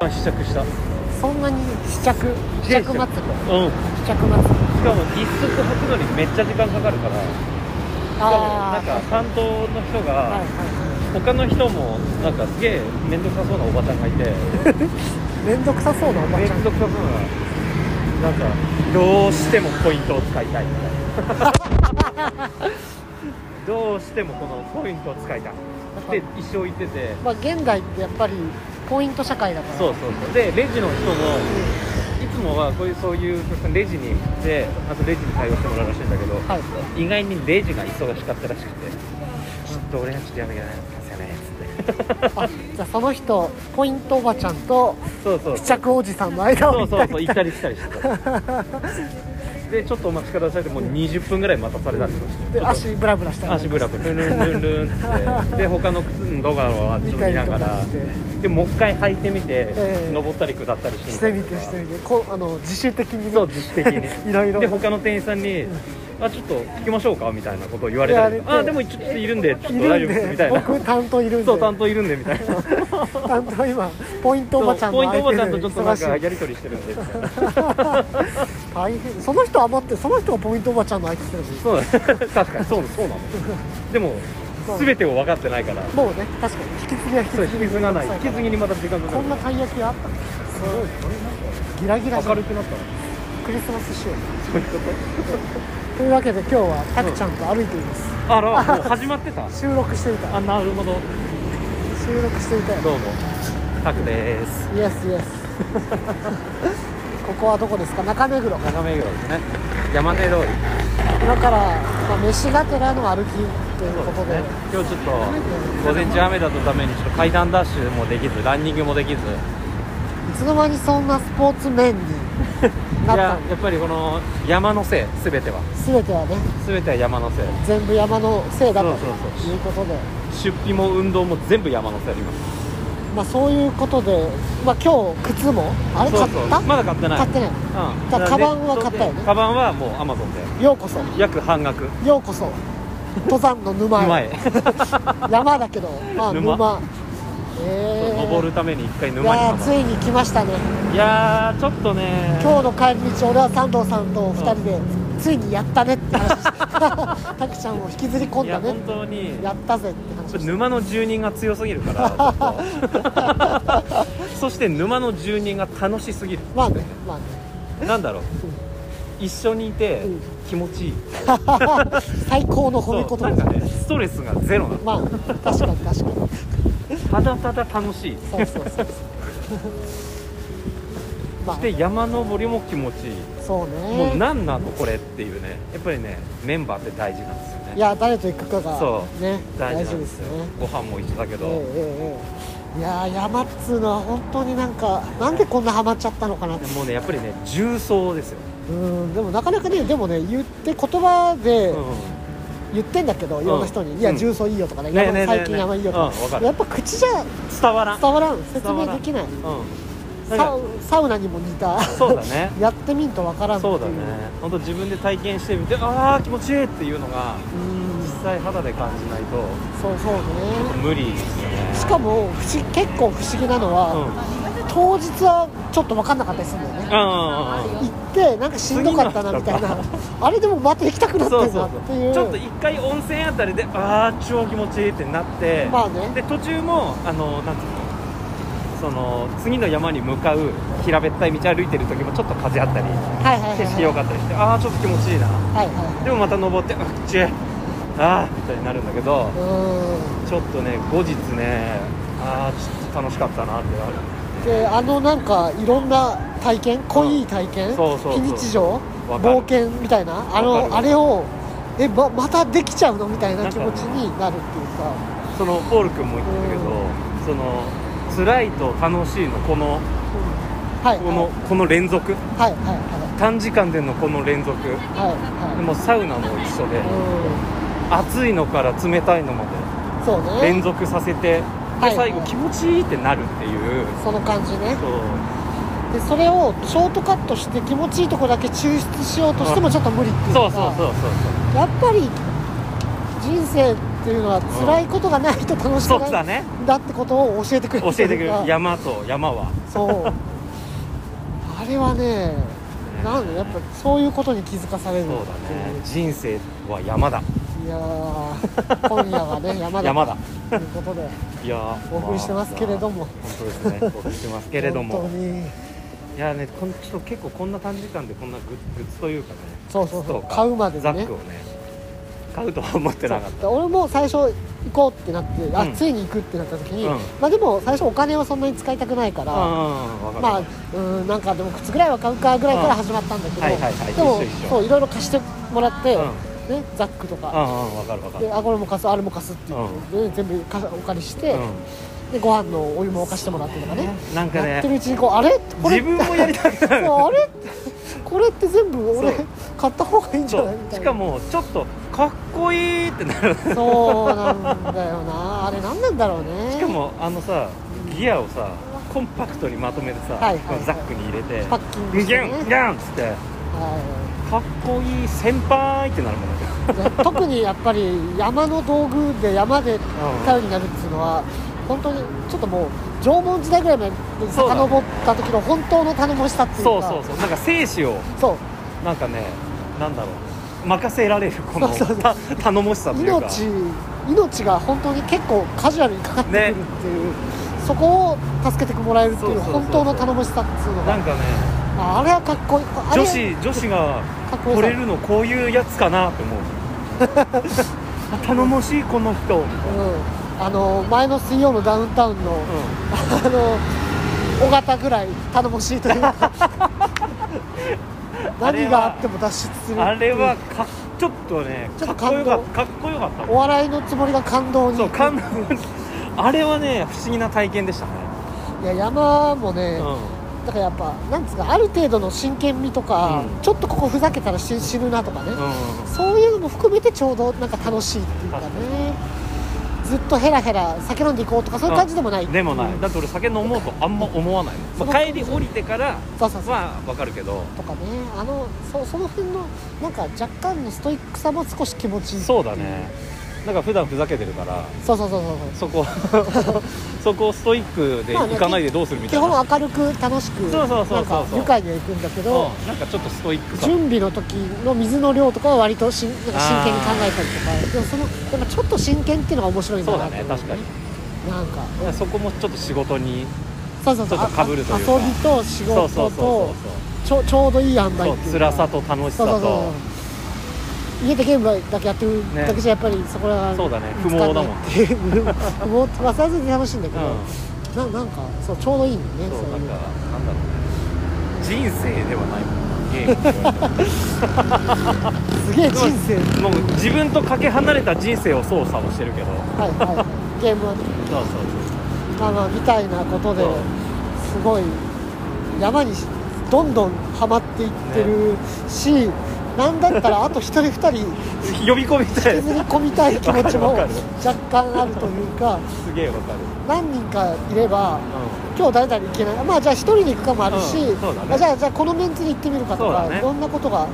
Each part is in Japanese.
あ試着したうんそんなに試着試着し祭り試着祭りかも一足履くのにめっちゃ時間かかるからしかもああなんか担当の人が、はいは他の人もなんかすげえ面倒くさそうなおばちゃんがいてい面倒くさそうなおば面ちゃん倒くさそうななんかどうしてもポイントを使いたいみたいなどうしてもこのポイントを使いたいって一生言っててまあ現代ってやっぱりポイント社会だからそうそうそうでレジの人もいつもはこういうそういうお客さんレジに行ってあとレジに対応してもらうらしいんだけど、はい意外にレジが忙しかったらしくてちょっと俺はちょっとやめなきゃいけないっつってあじゃあその人ポイントおばちゃんとそうそう試着おじさんの間そをうそうそう行っ行ったたりり来たりしてた でちょっとお待ちくださいってもう20分ぐらい待たされたんですでよ足ブラブラしたり足ブラブラルンルンルンルンってで他の靴の動画はちょっと見ながら見たりとかでもう一回履いてみて、ええ登ったり下ったりしてみしたてりみとかてしてみてこうあの自主的にねそう自主的にい ろいろで他の店員さんに「あちょっと聞きましょうか」みたいなことを言われたりとか言あわれでてもちょっといるんでちょっいと大丈夫るんです」みでたいな僕担当いるんでそう担当いるんでみたいな 担当今ポイントおばちゃんのポイントおばちゃん相と手でちょっとなんか忙しいやり取りしてるんでみたいな大変その人は余ってその人がポイントおばちゃんの相手してるんですそうだ確かにそうそうなのでもそう全てを分かってないからもうね確かに引き継ぎは引きそう継引ぎき継がない引き継ぎにまた時間かかこるんなたい焼きあったすごいギラギラじゃ明るんくなったのクリスマス仕様そういうことというわけで今日はタクちゃんと歩いています、あらもう始まってた収録していたあなるほど収録していたよどうもタクですイエスイエスここはどこですか中目黒長目黒ですね山根通り今から、まあ、飯がてらの歩きというそうこでとすね今日ちでょっと午前中雨だったためにちょっと階段ダッシュもできずランニングもできずいつの間にそんなスポーツ面にいなややったのっぱりこの山のせい全ては全てはね全ては山のせい全部山のせいだとそうそうそういうことで出費も運動も全部山のせいありますまあそういうことで、まあ、今日靴もあれそ買うっそうたまだ買ってない買ってないうんだからカバンは買ったよねカバンはもうアマゾンでようこそ約半額ようこそ登山の沼へ前山だけどまあ沼沼えー、登るために一回い沼にやーハつマるいに来ましたねいやーちょっとね今日の帰り道俺は三藤さんと2人で、ついにやったねって話してタクちゃんを引きずり込んいだやね本当にやったぜって話をして沼の住人が強すぎる からちょっとそして沼の住人が楽しすぎるまあねまあね なんだろう一緒にいてうん気持ちいい最高の褒めそう言なん葉だかねねストレスがゼロなのまあ確かに確かにただただ楽しいそうそうそうそう まあで山登りも気持ちいいそうもうね何なのこれっていうねやっぱりねメンバーって大事なんですよねいや誰と行くかがそね大事大な事んでですすよよねご飯も一緒だけえど、えええええいやー山っつうのは本当になんかなんでこんなハマっちゃったのかなってもうねやっぱりね重曹ですよ、うんでもなかなかねでもね言って言葉でう言ってんだけど、いろんな人に「うんいやうん重曹いいよ」とかねねえねえねえ最近山いいよ」とうんわか,、かるやっぱ口じゃん、伝わらん伝わらん説伝わ明らんできないうんなんサかウサウナにも似たそうだねやってみんとわからんっていそうだね本当自分で体験してみてああ気持ちいいっていうのがうん実際肌で感じないとそうそうね無理ですよねしかも不思結構不思議なのは、うん当日はちょっと分かんなかったりするんだよねうんうんうん行ってなんかしんどかったなみたい次なの日あれでもまた行きたくなってそうるそなうってそいううちょっと一回温泉あたりでああ超気持ちいいってなって、まあねで途中もあのなんていうのその次の山に向かう平べったい道歩いてる時もちょっと風あったりはいはいはい景色良はかったりしてああちょっと気持ちいいないはいでもまた登ってあっちへああみたいになるんだけどうーちょっとね後日ねああちょっと楽しかったなってなるんであのなんかいろんな体験濃い体験、そうそうそう非日常わかる冒険みたいなあわかのるあれをえままたできちゃうのみたいななん気か持ちになるっていうかそのポール君も言ってたけどその辛いと楽しいのこのうんはいこのこの連続はいはいは短時間でのこの連続いはいはいでもサウナも一緒では暑いのから冷たいのまでいうんそうね連続させてはでい最後気持ちいいってなるっていうその感じねそうでそれをショートカットして気持ちいいとこだけ抽出しようとしてもちょっと無理っていうかそうそうそうそうやっぱり人生っていうのは辛いことがないと楽しくそうなだいねだってことを教えてくれる教えてくれるというか山と山はそうあれはねなんでやっぱそういうことに気づかされるそうだね人生は山だいやー今夜 はね山だ山だということでいやーお送りしてますけれどまもあ本当です ねお送りしてますけれども本当にいやーねこんちょっと結構こんな短時間でこんなグッグッズというかねそうそうそう靴とか買うまでにザねックをね買うとは思ってなかったそう俺も最初行こうってなって、あうんついに行くってなった時に、うんまあでも最初お金はそんなに使いたくないから、ああ分まかある、うんなんかでも靴ぐらいは買うかぐらいから始まったんだけど、うんはいはいはいで一も緒一緒そういろいろ貸してもらって、うんね、ザックとか、ああ分かる分かるであこれも貸すあれも貸すって言って、で全部かお借りして、うでご飯のお湯も貸してもらってとかね、んなんかやってるねうちにこうあれこれ自分もやりたくなるそうあれこれって全部俺そう買った方がいいんじゃそないうみたいなしかもちょっとかっこいいってなるそうなんだよなあれ何なんだろうねしかもあのさギアをさコンパクトにまとめてさ、はいはいこのザックに入れてパッキングギしてャねンギャンっつってはかっこいい先輩ってなるもんねいで特にやっぱり山の道具で山で頼りになるっていうのは本当にちょっともう縄文時代ぐらいまでそうだね遡った時の本当の頼もしさっていうかそうそうそうなんか生死をそうなんかねなんだろう任せられるこのそうそうそうた頼もしさというか命命が本当に結構カジュアルにかかってくるっていう、そこを助けてもらえるっていそううそうそうそう本当の頼もしさっていうのなんがかねああれはかっこいいあれ女子女子がかっこよ惚されるのこういうやつかな って思うあ頼もしいこの人、うん、うん、あの前の水曜のダウンタウンの、あの尾形ぐらい頼もしいという かあれは何があっても脱出するあれはかちょっとねちょかっこっと感よ動かったかっこよかったお笑いのつもりが感動にそう感動 あれはね不思議な体験でしたね、いや山もね、うだからやっぱなんですかある程度の真剣味とか、うんちょっとここふざけたら死死ぬなとかね、んそういうのも含めてちょうどなんか楽しいっていうかねずっとヘラヘラ酒飲んでいこうとかそういう感じでもないでもないだって俺酒飲もうとあんま思わないもん、まあ、帰り降りてからそうそうそうは分かるけどとかねあのそその辺のなんか若干のストイックさも少し気持ちいいそうだねなんか普段ふざけてるからそうそうそうそそうこ そこをストイックで行かないでどうするみ基たいな、本明るく楽しくそうそうそうそうなんか愉快には行くんだけどうんなんかちょっとストイックさ準備の時の水の量とかは割としんなんか真剣に考えたりとかでもそのやっぱちょっと真剣っていうのが面白いんそだうなだってね思確かになんかそこもちょっと仕事にそうそうそうちょっと被るというかああ遊びと仕そう事そうそうそとちょちょうどいい塩うそ梅うっていう辛さとと楽しそさうそうとそう家でゲームだけやってるねだけじゃやっぱりそこらそうだね見つかな不いっていう不毛って忘れずに楽しいんだけうど、んななんかそうちょうどいいんだよねそうそなうんいかなんだろうね人うの生ではないもんゲームって言われてもすげえ人生 もう自分とかけ離れた人生を操作をしてるけどはいはいはいゲームはそうそうそうまあまあみたいなことでそうすごい山にどんどんハマっていってるし、なんだったらあと一人 二人呼び込みたい削り込みたい気持ちもわか若る干あるというかすげえわかる何人かいればう今日誰々行けないまあじゃあ一人で行くかもあるし、うんそうだねあじゃあじゃあこのメンツで行ってみるかとそうか、だねいろんなことがあの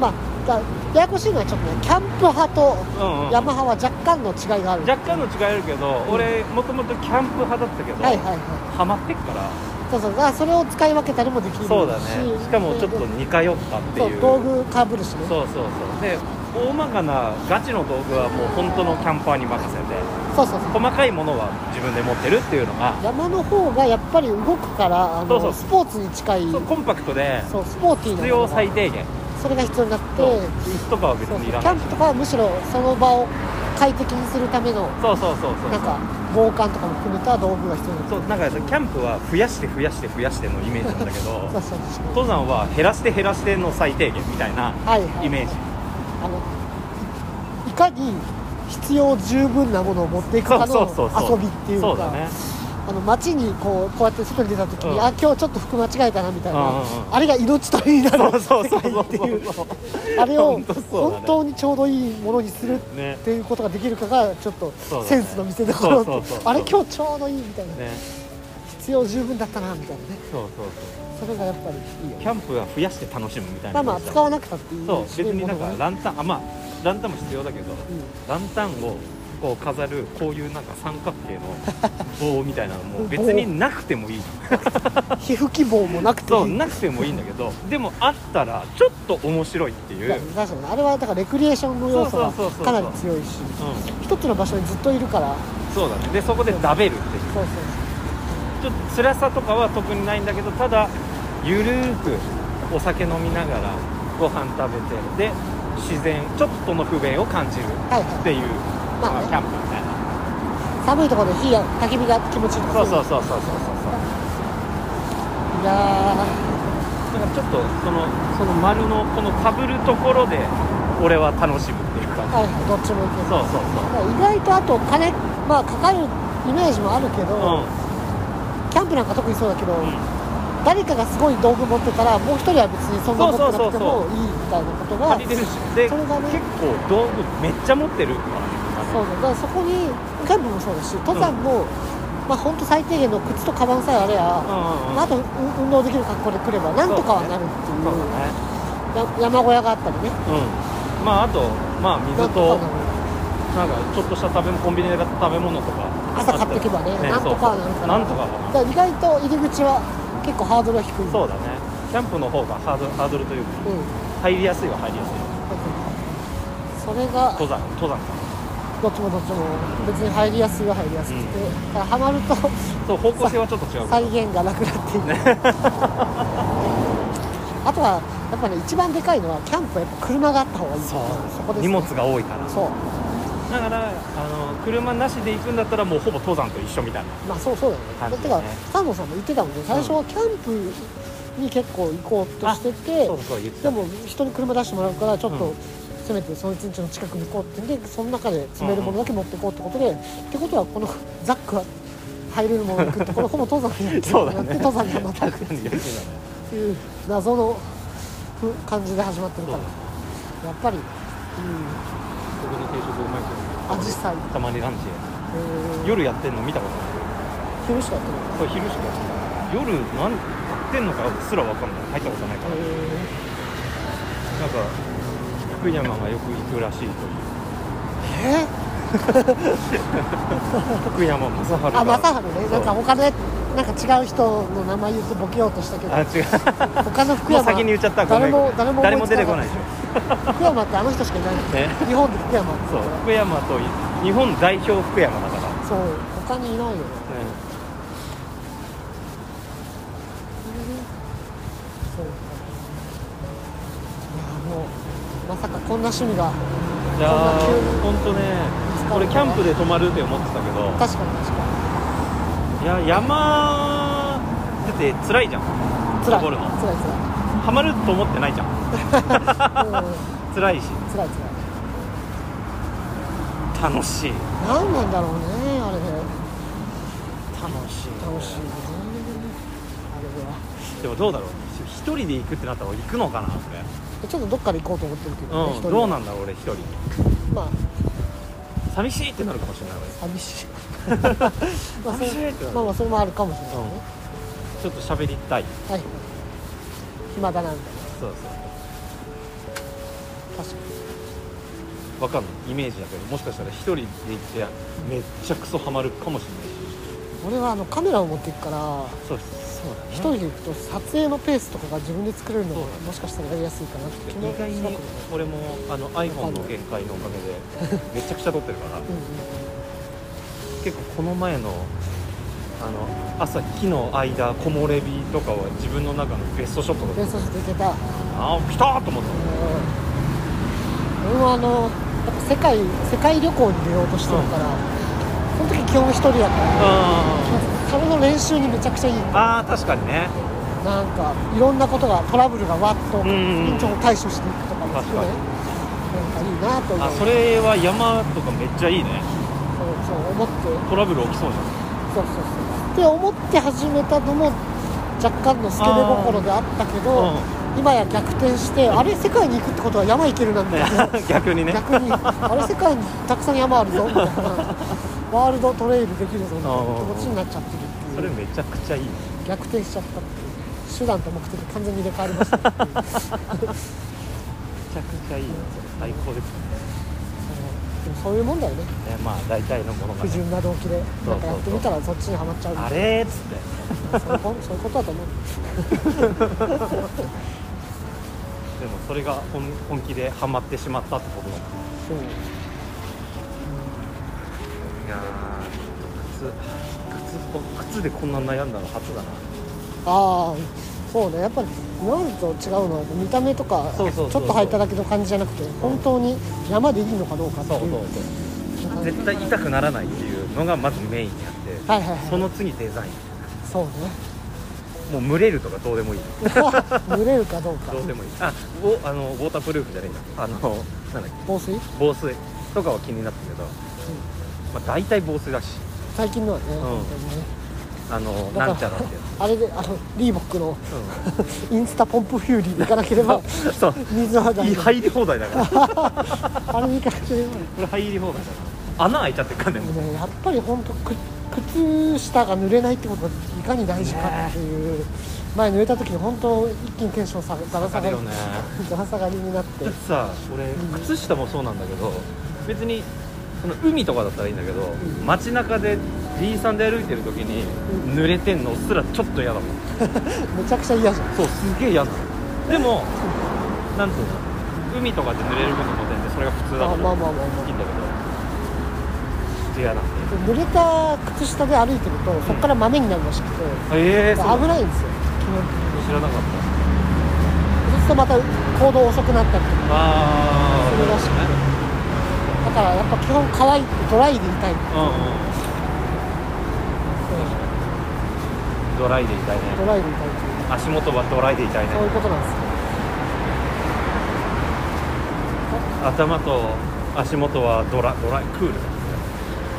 まあだややこしいのはちょっとねキャンプ派とんうん山派は若干の違いがある、若干の違いあるけど俺もともとキャンプ派だったけどはいはいはハマってっからいそうそうだからそれを使い分けたりもできるしそうだねしかもちょっと似通ったってそういう道具かぶるしねそうそうそうそうで大まかなガチの道具はもう本当のキャンパーに任せてそうそう細かいものは自分で持ってるっていうのが山の方がやっぱり動くからあのそうそうスポーツに近いそうコンパクトでそうスポーティー必なもの要が最低限それが必要になってそう椅子とかは別そうそうキにいらなャいンしプとかはむしろその場を快適にするためのそうそうそうそうなんか防寒とかも含めた道具が必要になってそうなんかキャンプは増やして増やして増やしてのイメージなんだけどそうそうそう登山は減らして減らしての最低限みたいなはいはいイメージあのいいかに必要十分なものを持っていくかそのうそうそうそ遊うびっていうそかうだねあの街にこうこうやって外に出た時うに、んあ今日ちょっと服間違えたなみたいな、うんうんうんあれが命取りになるそうそうそう世界っていう そうそうあれを本当そうだね本当にちょうどいいものにするっねていうことができるかがちょっとそうだねセンスの見せどころそとうそうそうそうあれ今日ちょうどいいみたいな、ね必要十分だったなみたいなねそうそうそそれがやっぱりいいうよキャンプは増やして楽しむみたいまなあまあ使わなくたっていいそう別になんもかのがねランタンあまあランタンも必要だけどうんランタンをこう飾るこういうなんか三角形の棒みたいなのも別になくてもいい皮膚希望もなくていいそうなくてもいいんだけどでもあったらちょっと面白いっていう、うん、確かにあれはだからレクリエーションの要素がそうそうそうそうかなり強いし一つの場所にずっといるからそうだねでそこでダベるっていうそうそちょうっと辛さとかは特にないんだけどただゆるーくお酒飲みながらご飯食べてで自然ちょっとの不便を感じるっはいはていう、ままあ、あキャンプみたいない寒いところで火や焚き火が気持ちいいとそかうそううそうそうそうそうそういだやからちょっとそのその丸のこのかぶるところで俺は楽しむっていうー感はいはいどっちもいけじそるうそうそう意外とあと金まあかかるイメージもあるけど、うキャンプなんか特にそうだけど、ん、うん、誰かがすごい道具持ってたらもう一人は別にそんな持ってなくてもいいみたいなことが借りれるしでそれがね結構道具めっちゃ持ってるからそうだだからそこにキャンプもそうだし登山も、まあ本当最低限の靴とカバンさえあれば、うんうんまあ、あとう運動できる格好で来ればなんとかはなるっていうそうだねや山小屋があったりねうんまああとまあな水んととかなるなんかちょっとした食べ物コンビニで買った食べ物とか朝買ってけばねなんとかはなるそうかそうらなんとかはなだから意外と入り口は結構ハードルは低いそうだねキャンプの方がハードハードルというかうん入りやすいは入りやすいそれが登山登山かどっちもどっちも別に入りやすいは入りやすくて、だからハマるとそう方向性はちょっと違う再現がなくなってい く、あとはやっぱね一番でかいのはキャンプはやっぱ車があった方がいいそうこです荷物が多いからそうだからあの車なしで行くんだったらもうほぼ登山と一緒みたいなまあそうそうだよね感じてだかねサンドさんも言ってたもんね最初はキャンプに結構行こうとしてて、そうそう言ってでたも人に車出してもらうからちょっと、うんせめてその一日の近くに行こうってんでその中で詰めるものだけ持っていこうってことで、ってことはこのザックは入れるものに行くところほぼ登山になってそうだっねて登山にはまた行く確かに言ってたねっていう謎のふ感じで始まってそうるかだらねやっぱり、うん、ここの定食うまいけどアジサイ、たまにランチえー、夜やってんの見たことない昼しかやっこれてない、昼しかやってない夜何やってんのかすら分かんない入ったことないからえなんか福山がよく行くらしいというー、えー福山雅治があ、正治ね、なんかそう他で、なんか違う人の名前言ってボケようとしたけどあ、違う他のも福う山、先に言っちゃったごめ誰んも、誰も誰思もつ出てかなこかないでっしょた、福山ってあの人しかいないんだよね日本で福山ってそう福山とい日本代表福山だから、ね、そう、他にいないよね、そういやもう、まさかこんな趣味が、いやーこ本当ねこれキャンプで泊まるって思ってたけど確かに確かいや山だって辛いじゃんに、つらい、登つるらのいつらい、ハマると思ってないじゃんうん辛いしつらいつらい、楽しい何なんだろうね、あれね、楽しい楽しいね、あれは。でもどうだろう一人で行くってなったら俺行くのかなってちょっとどっかで行こうと思ってるけどね、一うん人でどうなんだろう俺一人まあ寂しいってなるかもしれない俺寂しいまあそ寂しいれってなるまあまあそれもあるかもしれないね、ちょっと喋りたいはい暇だなみたいそうな確そかうわかんないイメージだけどもしかしたら一人で行ってめっちゃクソハマるかもしれないしに俺はあのカメラを持っていくからそうそうだね一人で行くと撮影のペースとかが自分で作れるのがそうだねもしかしたらやりやすいかなって気も意し外なくもないに俺もあの iPhone の限界のおかげ でめちゃくちゃ撮ってるからうんうん結構この前のあの朝日の間木漏れ日とかは自分の中のベストショットだったでそして行けた、うん、ああ来たーと思った俺もあのやっぱ世界世界旅行に出ようとしてるから、その時基本一人やからそれの練習にめちゃくちゃいいああ確かにねなんかいろんなことがトラブルがわっとうんうん緊張対処していくとかも含め、確かなんかいいなと思あうそれは山とかめっちゃいいねそうそう思ってトラブル起きそうじゃんそうそうそうって思って始めたのも若干のスケベ心であったけど、今や逆転してあれ世界に行くってことは山行けるなんだよ ね逆にね逆にあれ世界にたくさん山あるぞみたいなワールドトレイルできるぞみたいな気持ちになっちゃってるっていうそれめちゃくちゃいいね逆転しちゃったって いう手段と目的完全に入れ替わりましたっていうめちゃくちゃいいねそ最高ですねでもそういうもんだよねねまあ大体のものが不ね、純な動機でそうそうそうなんかやってみたらそっちにはまっちゃうあれーっつってそういうこそういうことだと思うでもそれが本本気でハマってしまったってことだもんねそううんいやー靴靴靴でこんな悩んだの初だなああそうねやっぱり今までと違うのは見た目とかそうそうそうそうちょっと履いただけの感じじゃなくて本当に山でいいのかどうかっていそううそうそう絶対痛くならないっていうのがまずメインにあってはいはいはいその次デザインそうねもう蒸れるとかどうでもいい濡れるかどうかどうでもいいあおあのウォータープルーフじゃないんだあのなんだっけ防水防水とかは気になったけど、まあ、大体防水だし最近のはね,、ん本当にねあのだからなんちゃらって やあれであのリーボックの つ、インスタポンプフューリー行かなけ ればうん、そう水の肌いにい入り放題だからこあれに行かなければれ入り放題だから穴開いちゃってるかんでもねやっぱり本当く靴下が濡れないってことがいかに大事かっていう、前濡れた時に本当一気にテンション下がざら下が下がりるよねざら下がりになってだってさ俺靴下もそうなんだけど別にその海とかだったらいいんだけど、ん街中で D さんで歩いてる時に濡れてんのすらちょっと嫌だもんめちゃくちゃ嫌じゃんそうすげえ嫌なのでもなんつうの海とかで濡れることも全然それが普通だからあまあまあまあまあいいんだけどちょっと嫌なんで濡れた靴下で歩いてるとそこから豆になるらしくて、ええー、そう危ないんですよ基本的に知らなかったそうするとまた行動遅くなったりとかああそれらしくてだからやっぱ基本乾いてドライでいたいうんうんドライでいたいドねライでいたいっていう足元はドライでいたいねそういうことなんですよ頭と足元はドラドライクール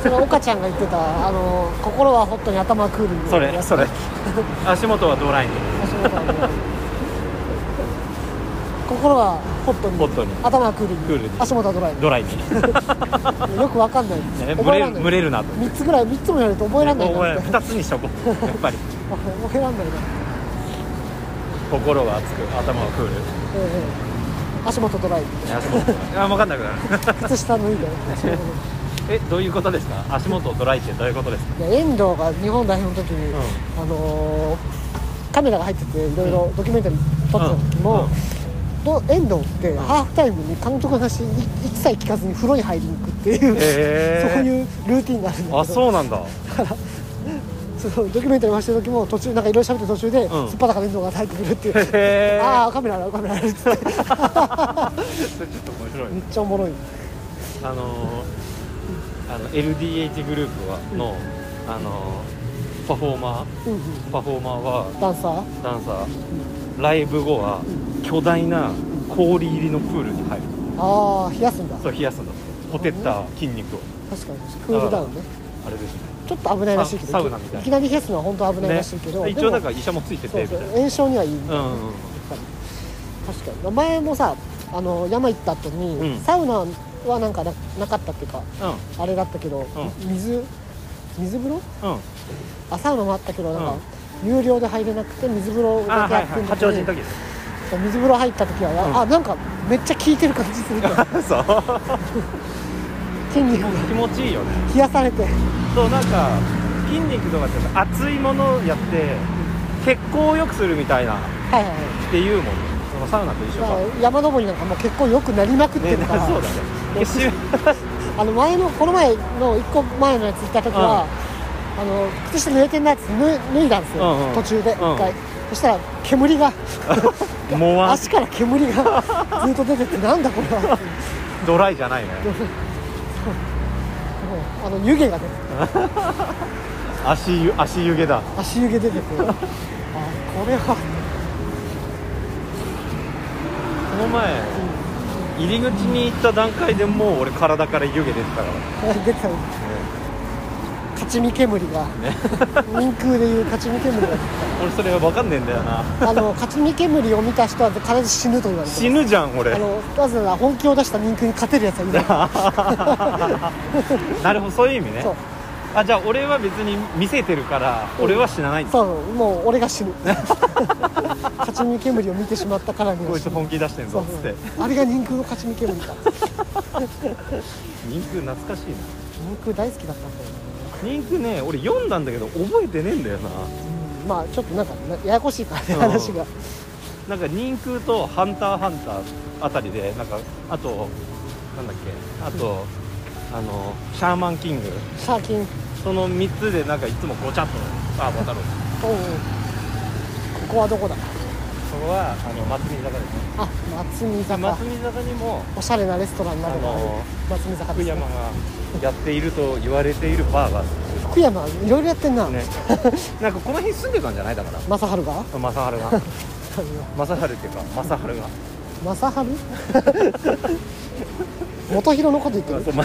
その岡ちゃんが言ってたあの心はホットに頭はクールにそれそれ 足元はドライに足元はね 心はホットにホットに頭はクールにクールに足元はドライドライ にによくわかんないんですね覚蒸えれらるんない蒸れるなと3つぐらい3つもやると覚えらんないなみたいな2つにしとこう やっぱり覚えらんないな、心は熱く頭はクールええええ足元ドライ足 元あ分かんなくなる靴下脱い で足元ドライえどういうことですか足元をドライってどういうことですかいや遠藤が日本代表の時に、うあのーカメラが入ってていろいろドキュメンタリー撮ってた時も、ど遠藤ってハーフタイムに監督の話い一切聞かずに風呂に入りに行くっていう、へーそういうルーティンがあるんだけどあそうなんだそのドキュメンタリー回してる時も途中なんかいろいろ喋ってる途中で、んすっぱだか遠藤が入ってくるってい う、へえああカメラあるカメラあるっつってそれちょっと面白いめっねちゃおもろいあのーあの LDH グループはの、あのーパフォーマうんうんーパフォーマーはダンサーダンサーライブ後は巨大な氷入りのプールに入るああ冷やすんだそう冷やすんだってほてった筋肉を確かにクールダウンねあれですねちょっと危ないらしいけどササウナみたいないきなり冷やすのは本当危ないらしいけど、ね、で一も応なんか医者もついてそてうみたそいうな炎症にはいい、うんうん確かに前もさあの山行った後に、うんサウナはなんかななかったっていうかうあれだったけど、う水水風呂んうんあサウナもあったけどなんか、うん有料で入れなくて水風呂あだけはやいっはていん八だけ王ど子の時ですそう水風呂入った時は、うんあなんかめっちゃ効いてる感じす るから そう筋肉が気持ちいいよね冷やされてそうなんか筋肉とかってさ熱いものをやって血行を良くするみたいなっはいはいはいていうもんねそのサウナと一緒だかから山登りなんかもう結構良くなりまくってねるねか ら、そうだね結集あの前のこの前の1個前のやつ行った時は、あの靴下濡れてんなやつ脱い脱いだんですよ、うんうん途中でうん1回、そしたら煙が もわん足から煙 がずっと出ててなんだこれは ってドライじゃないねもうあの湯気が出て足湯足湯気だ足湯気 出ててあこれはこの前入り口に行った段階でもう俺体から湯気出てたから出てた勝ち見煙が、 民空でいう勝ち見煙が出て俺それ分かんねえんだよなたあの勝ち見煙を見た人は必ず死ぬと言われてます死ぬじゃん俺あのわざわざ 本気を出した民空に勝てるやつはいないなるほどそういう意味ねそうあじゃあ俺は別に見せてるからうん俺は死なないんだ、そうもう俺が 死ぬ勝ち見煙を見てしまったからにこはいつ死ぬ本気出してんそぞうっつってあれが人空の勝ち見煙 か人空懐かしいな人空大好きだったんだよね人空ね俺読んだんだけど覚えてねえんだよなうんまあちょっとなんかなややこしいからね話がなんか人空とハンターハンターあたりでなんかあとなんだっけあと、あのシャーマンキング最近その3つでなんかいつもごちゃっとあ渡ろうおうおうここはどこだそこはあの松見坂ですねあ松見坂松見坂にもおしゃれなレストランになるのあの松見福坂です、ね、山がやっていると言われているバーがあるんです福山いろいろやってんな、よ ねなんかこの辺住んでたんじゃないだから正治が正治が正治っていうか正治が正治元弘のこと言ってるそうま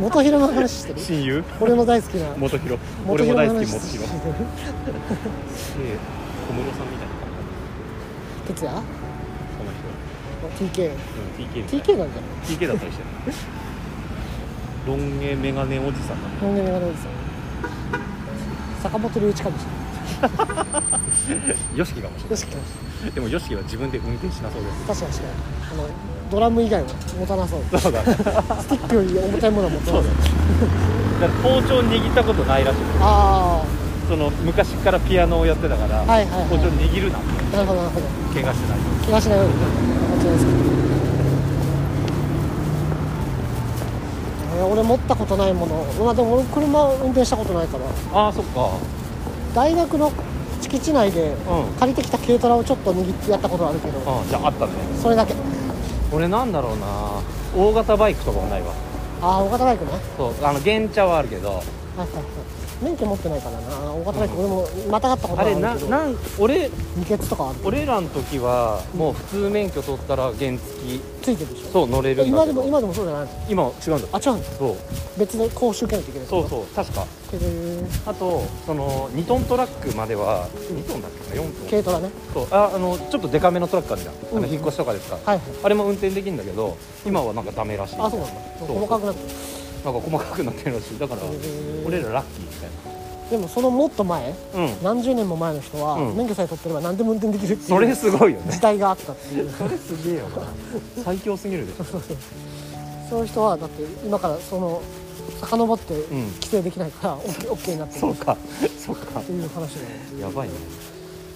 元弘の話してる親友俺の大好きな元弘俺元も弘大好のき話元して弘るで小室さんみたいな感哲也じこの人う TK ん TK みたいな TK なんじゃない TK だったりしてるロン毛メガネおじさんだ本音がないですよ坂本龍一かもしれないヨシキかもしれよし来ましないでもヨシキは自分で運転しなそうでた確かに確かにあのドラム以外は持たなそうすそうだねスティックより重たいものは持たそなうそだうねだから包丁握ったことないらしいあその昔からピアノをやってたから、はいはいはい包丁握るなってあなるほどなるほど怪我しない怪我しないようにねこっちですけどえー俺持ったことないものまあでも俺車運転したことないからああそっか大学の敷地内でうん借りてきた軽トラをちょっと握ってやったことあるけどあーじゃああったねそれだけ俺なんだろうな大型バイクとかもないわああ大型バイクねはいそうあの原茶はあるけどはいはい免許持ってないからな大型バイク俺もまたがったことああるれけどななん俺二欠とかある俺らの時はもう普通免許取ったら原付きついてるでしょそう乗れるんだけ今でども今でもそうじゃないの今は違うんだあ違うんだそう別で講習受けないといけないそうそう確かうへーあとその2トントラックまでは2トンだっけか4トン軽トラねそうああのちょっとデカめのトラックあるじゃん、あうんの引っ越しとかですか、はいはいあれも運転できるんだけど今はなんかダメらしいあそうなんだそう細かくなってるなんか細かくなってるらしいだからへー俺らラッキーみたいでもそのもっと前なうん何十年も前の人はうん免許さえ取ってれば何でも運転できるってそいれうすごいよね時代があったっていうそれすげえよな最強すぎるでしょそういう人はだって今からその遡ってん規制できないからオッケーオッケーになってるそうっかそうかていう話だよやばいね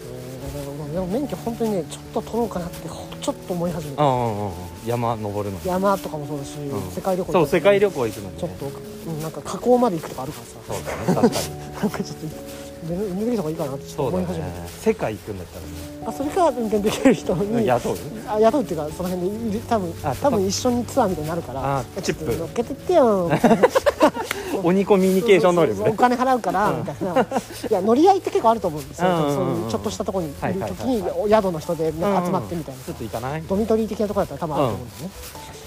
えーでも免許本当にねちょっと取ろうかなってほちょっと思い始めうたんうんうん山登るの山とかもそうだし、うん世界旅行そう世界旅行行行くのにねちょっと、うんなんか河口まで行くとかあるからさそうだね確かになんかちょっと運転できた方がいいかなってちょっとそうだ思い始めね世界行くんだったらねた、あそれから運転できる人に雇うあ雇うっていうかその辺でいる多分あ多分一緒にツアーみたいになるからあチップちょっと乗っけてってよコミ ュ鬼コミュニケーション能力おね金払うからみたいな、い や乗り合いって結構あると思うんですよ、うんうんうんそういうちょっとしたところにいるはいはい時はいはいにお宿の人でなんか集まってみたいな、ちょっと行かないドミトリー的なところだったら多分あると思うんですね、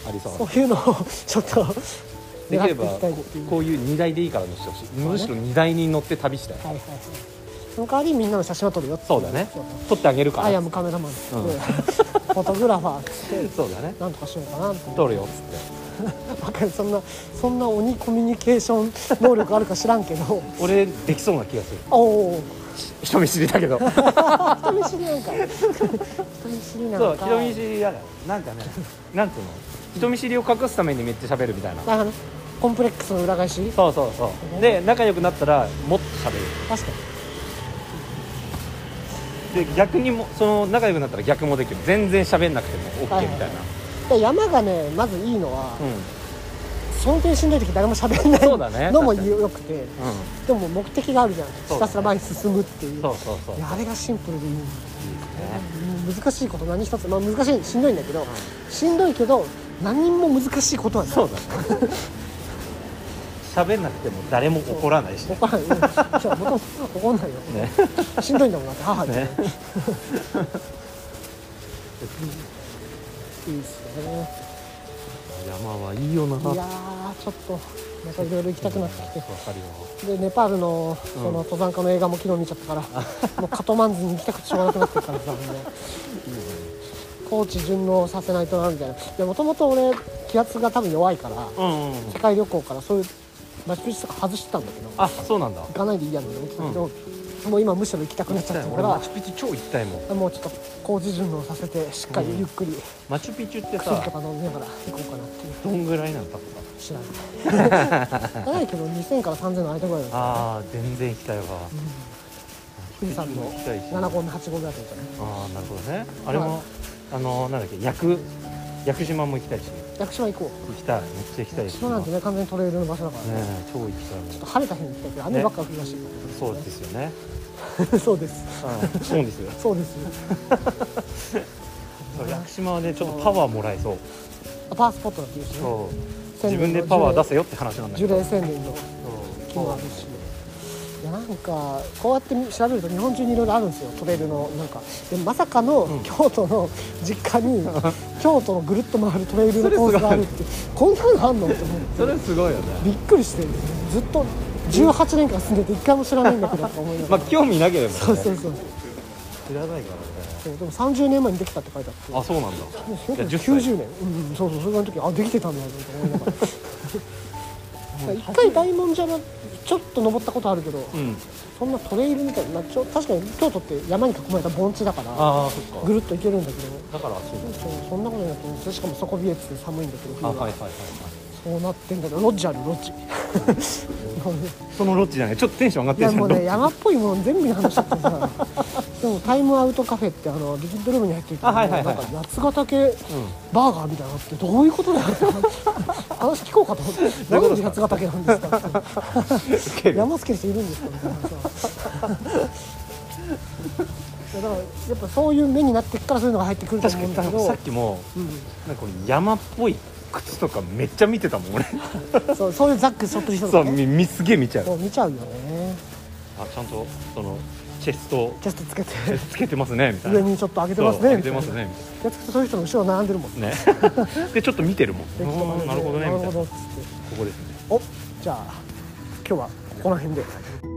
ありそうそういうのを ちょっとできれ狙ってばいきたいっていうこういう荷台でいいからにしてほしいむしろ荷台に乗って旅したいはいはいはいその代わりみんなの写真を撮るよっていそうだね撮ってあげるかアイアらムカメラマンっつって、うんフォトグラファーっつってそうだねなんとかしようかなって撮るよっつってわかるそんなそんな鬼コミュニケーション 能力あるか知らんけど俺できそうな気がするおお人見知りだけど人見知りなんか人見知りなそうんか人見知りだからなんかね なんつうの人見知りを隠すためにめっちゃ喋るみたいななんかねコンプレックスの裏返しそうそうそうで仲良くなったらもっと喋る確かにで逆にもその仲良くなったら逆もできる全然喋んなくても OK みたはいいな、はいで山がねまずいいのは、うんその点しんどい時誰も喋んないそうだねのも確かによくてうでも目的があるじゃん、そうだねひたすら前に進むっていん、うそうそうそういやあれがシンプルでいいね難しいこと何一つ、まあ、難しいしんどいんだけど、しんどいけど何も難しいことはないそうだね喋んなくても誰も怒らないしね怒らないうんじゃあ僕も怒んないよねしんどいんだもんだって母で、 ねいいですよね山はいいよないやーちょっとまたいろいろ行きたくなってきわかるよてでネパールのその登山家の映画も昨日見ちゃったから、もうカトマンズに行きたくてしょうがなくなってるからさもう高知順応させないとなみたいなもともと俺気圧が多分弱いからうんうん世界旅行からそういうマチュピチュとか外してたんだけどあそうなんだ行かないでいいやみたいな思ってたけど、もう今むしろ行きたくなっちゃってるか俺マらチュピチュ超行きたいもんもうちょっと工事順応させてしっかりゆっくりマチュピチュって薬とさか飲みながら行こうかなっていうどんぐらいなんだっ知らない長いけど2000から3000の間ぐらいだたああ全然行きたいわ富士山の行きたいし7号目8号目だとみたいなああなるほどねあれもあのなんだっけ屋久屋久島も行きたいし屋久島行こ行きたいめっちゃ行きたうい島なんてね完全にトレイルの場所だからねねえ超行きたいもんちょっと晴れた日に行きたいけど雨ばっか降るらしい、そうですよね そうですうんそうですよそうです屋久島はねちょっとパワーもらえそうパワースポットだっていうし、ね、そう自分でパワー出せよって話なんだ樹けど齢千年のそう木もあるしいやなんかこうやって調べると日本中にいろいろあるんですよトレイルのなんかでもまさかのうん京都の実家 に京都のぐるっと回るトレイルのコースがあるってこんなのあんのって思ってそれすごいよねびっくりしてずっと18年間住んでて一回も知らないんだけどと思いな まがあら、興味なければねそうそうそう知らないかそうでも30年前にできたって書いてあってらねあそうなんだいや10歳90年うんうんそうそうそれぐらいの時あできてたんだと思いながらだ から一回大門じゃなちょっと登ったことあるけど、うんそんなトレイルみたいな、まあちょ確かに京都って山に囲まれた盆地だからああそっかぐるっと行けるんだけどだからそうだそうそんなことないと思ってしかも底冷えてて寒いんだけどあはい冬はいははいはいそうなってんだけどロッジあるロッジそのロッジじゃないちょっとテンション上がっいてるじゃんやもうねロッジ山っぽいもん全部に話しちゃって さでもタイムアウトカフェってあのリキッドルームに入ってるけどあはいはいはいなんか八ヶ岳バーガーみたいなのあってどういうことだ よって話聞こうかと思ってどういうことでなんすでか八ヶ岳なんですかっ てウケる山好きな人いるんですかみたいなさいやだからやっぱそういう目になってっからそういうのが入ってくると確か思うんにだけさどっ、きもうなんかこう山っぽい靴とかめっちゃ見てたもん俺ん、そうそういうザックそっくり人そとうか、ね、み見すげえ見ちゃうそう見ちゃうよねあちゃんとそのチェストジャスト つけてえつけてますねみたいな上にちょっと上げてそうますねみた出いますなねやつくとそういう人の後ろ並んでるもんねみたいなね でちょっと見てるもん駅とかうーでんなるほどねなみるたいなほどこっつってこですねおじゃあ今日はこの辺で。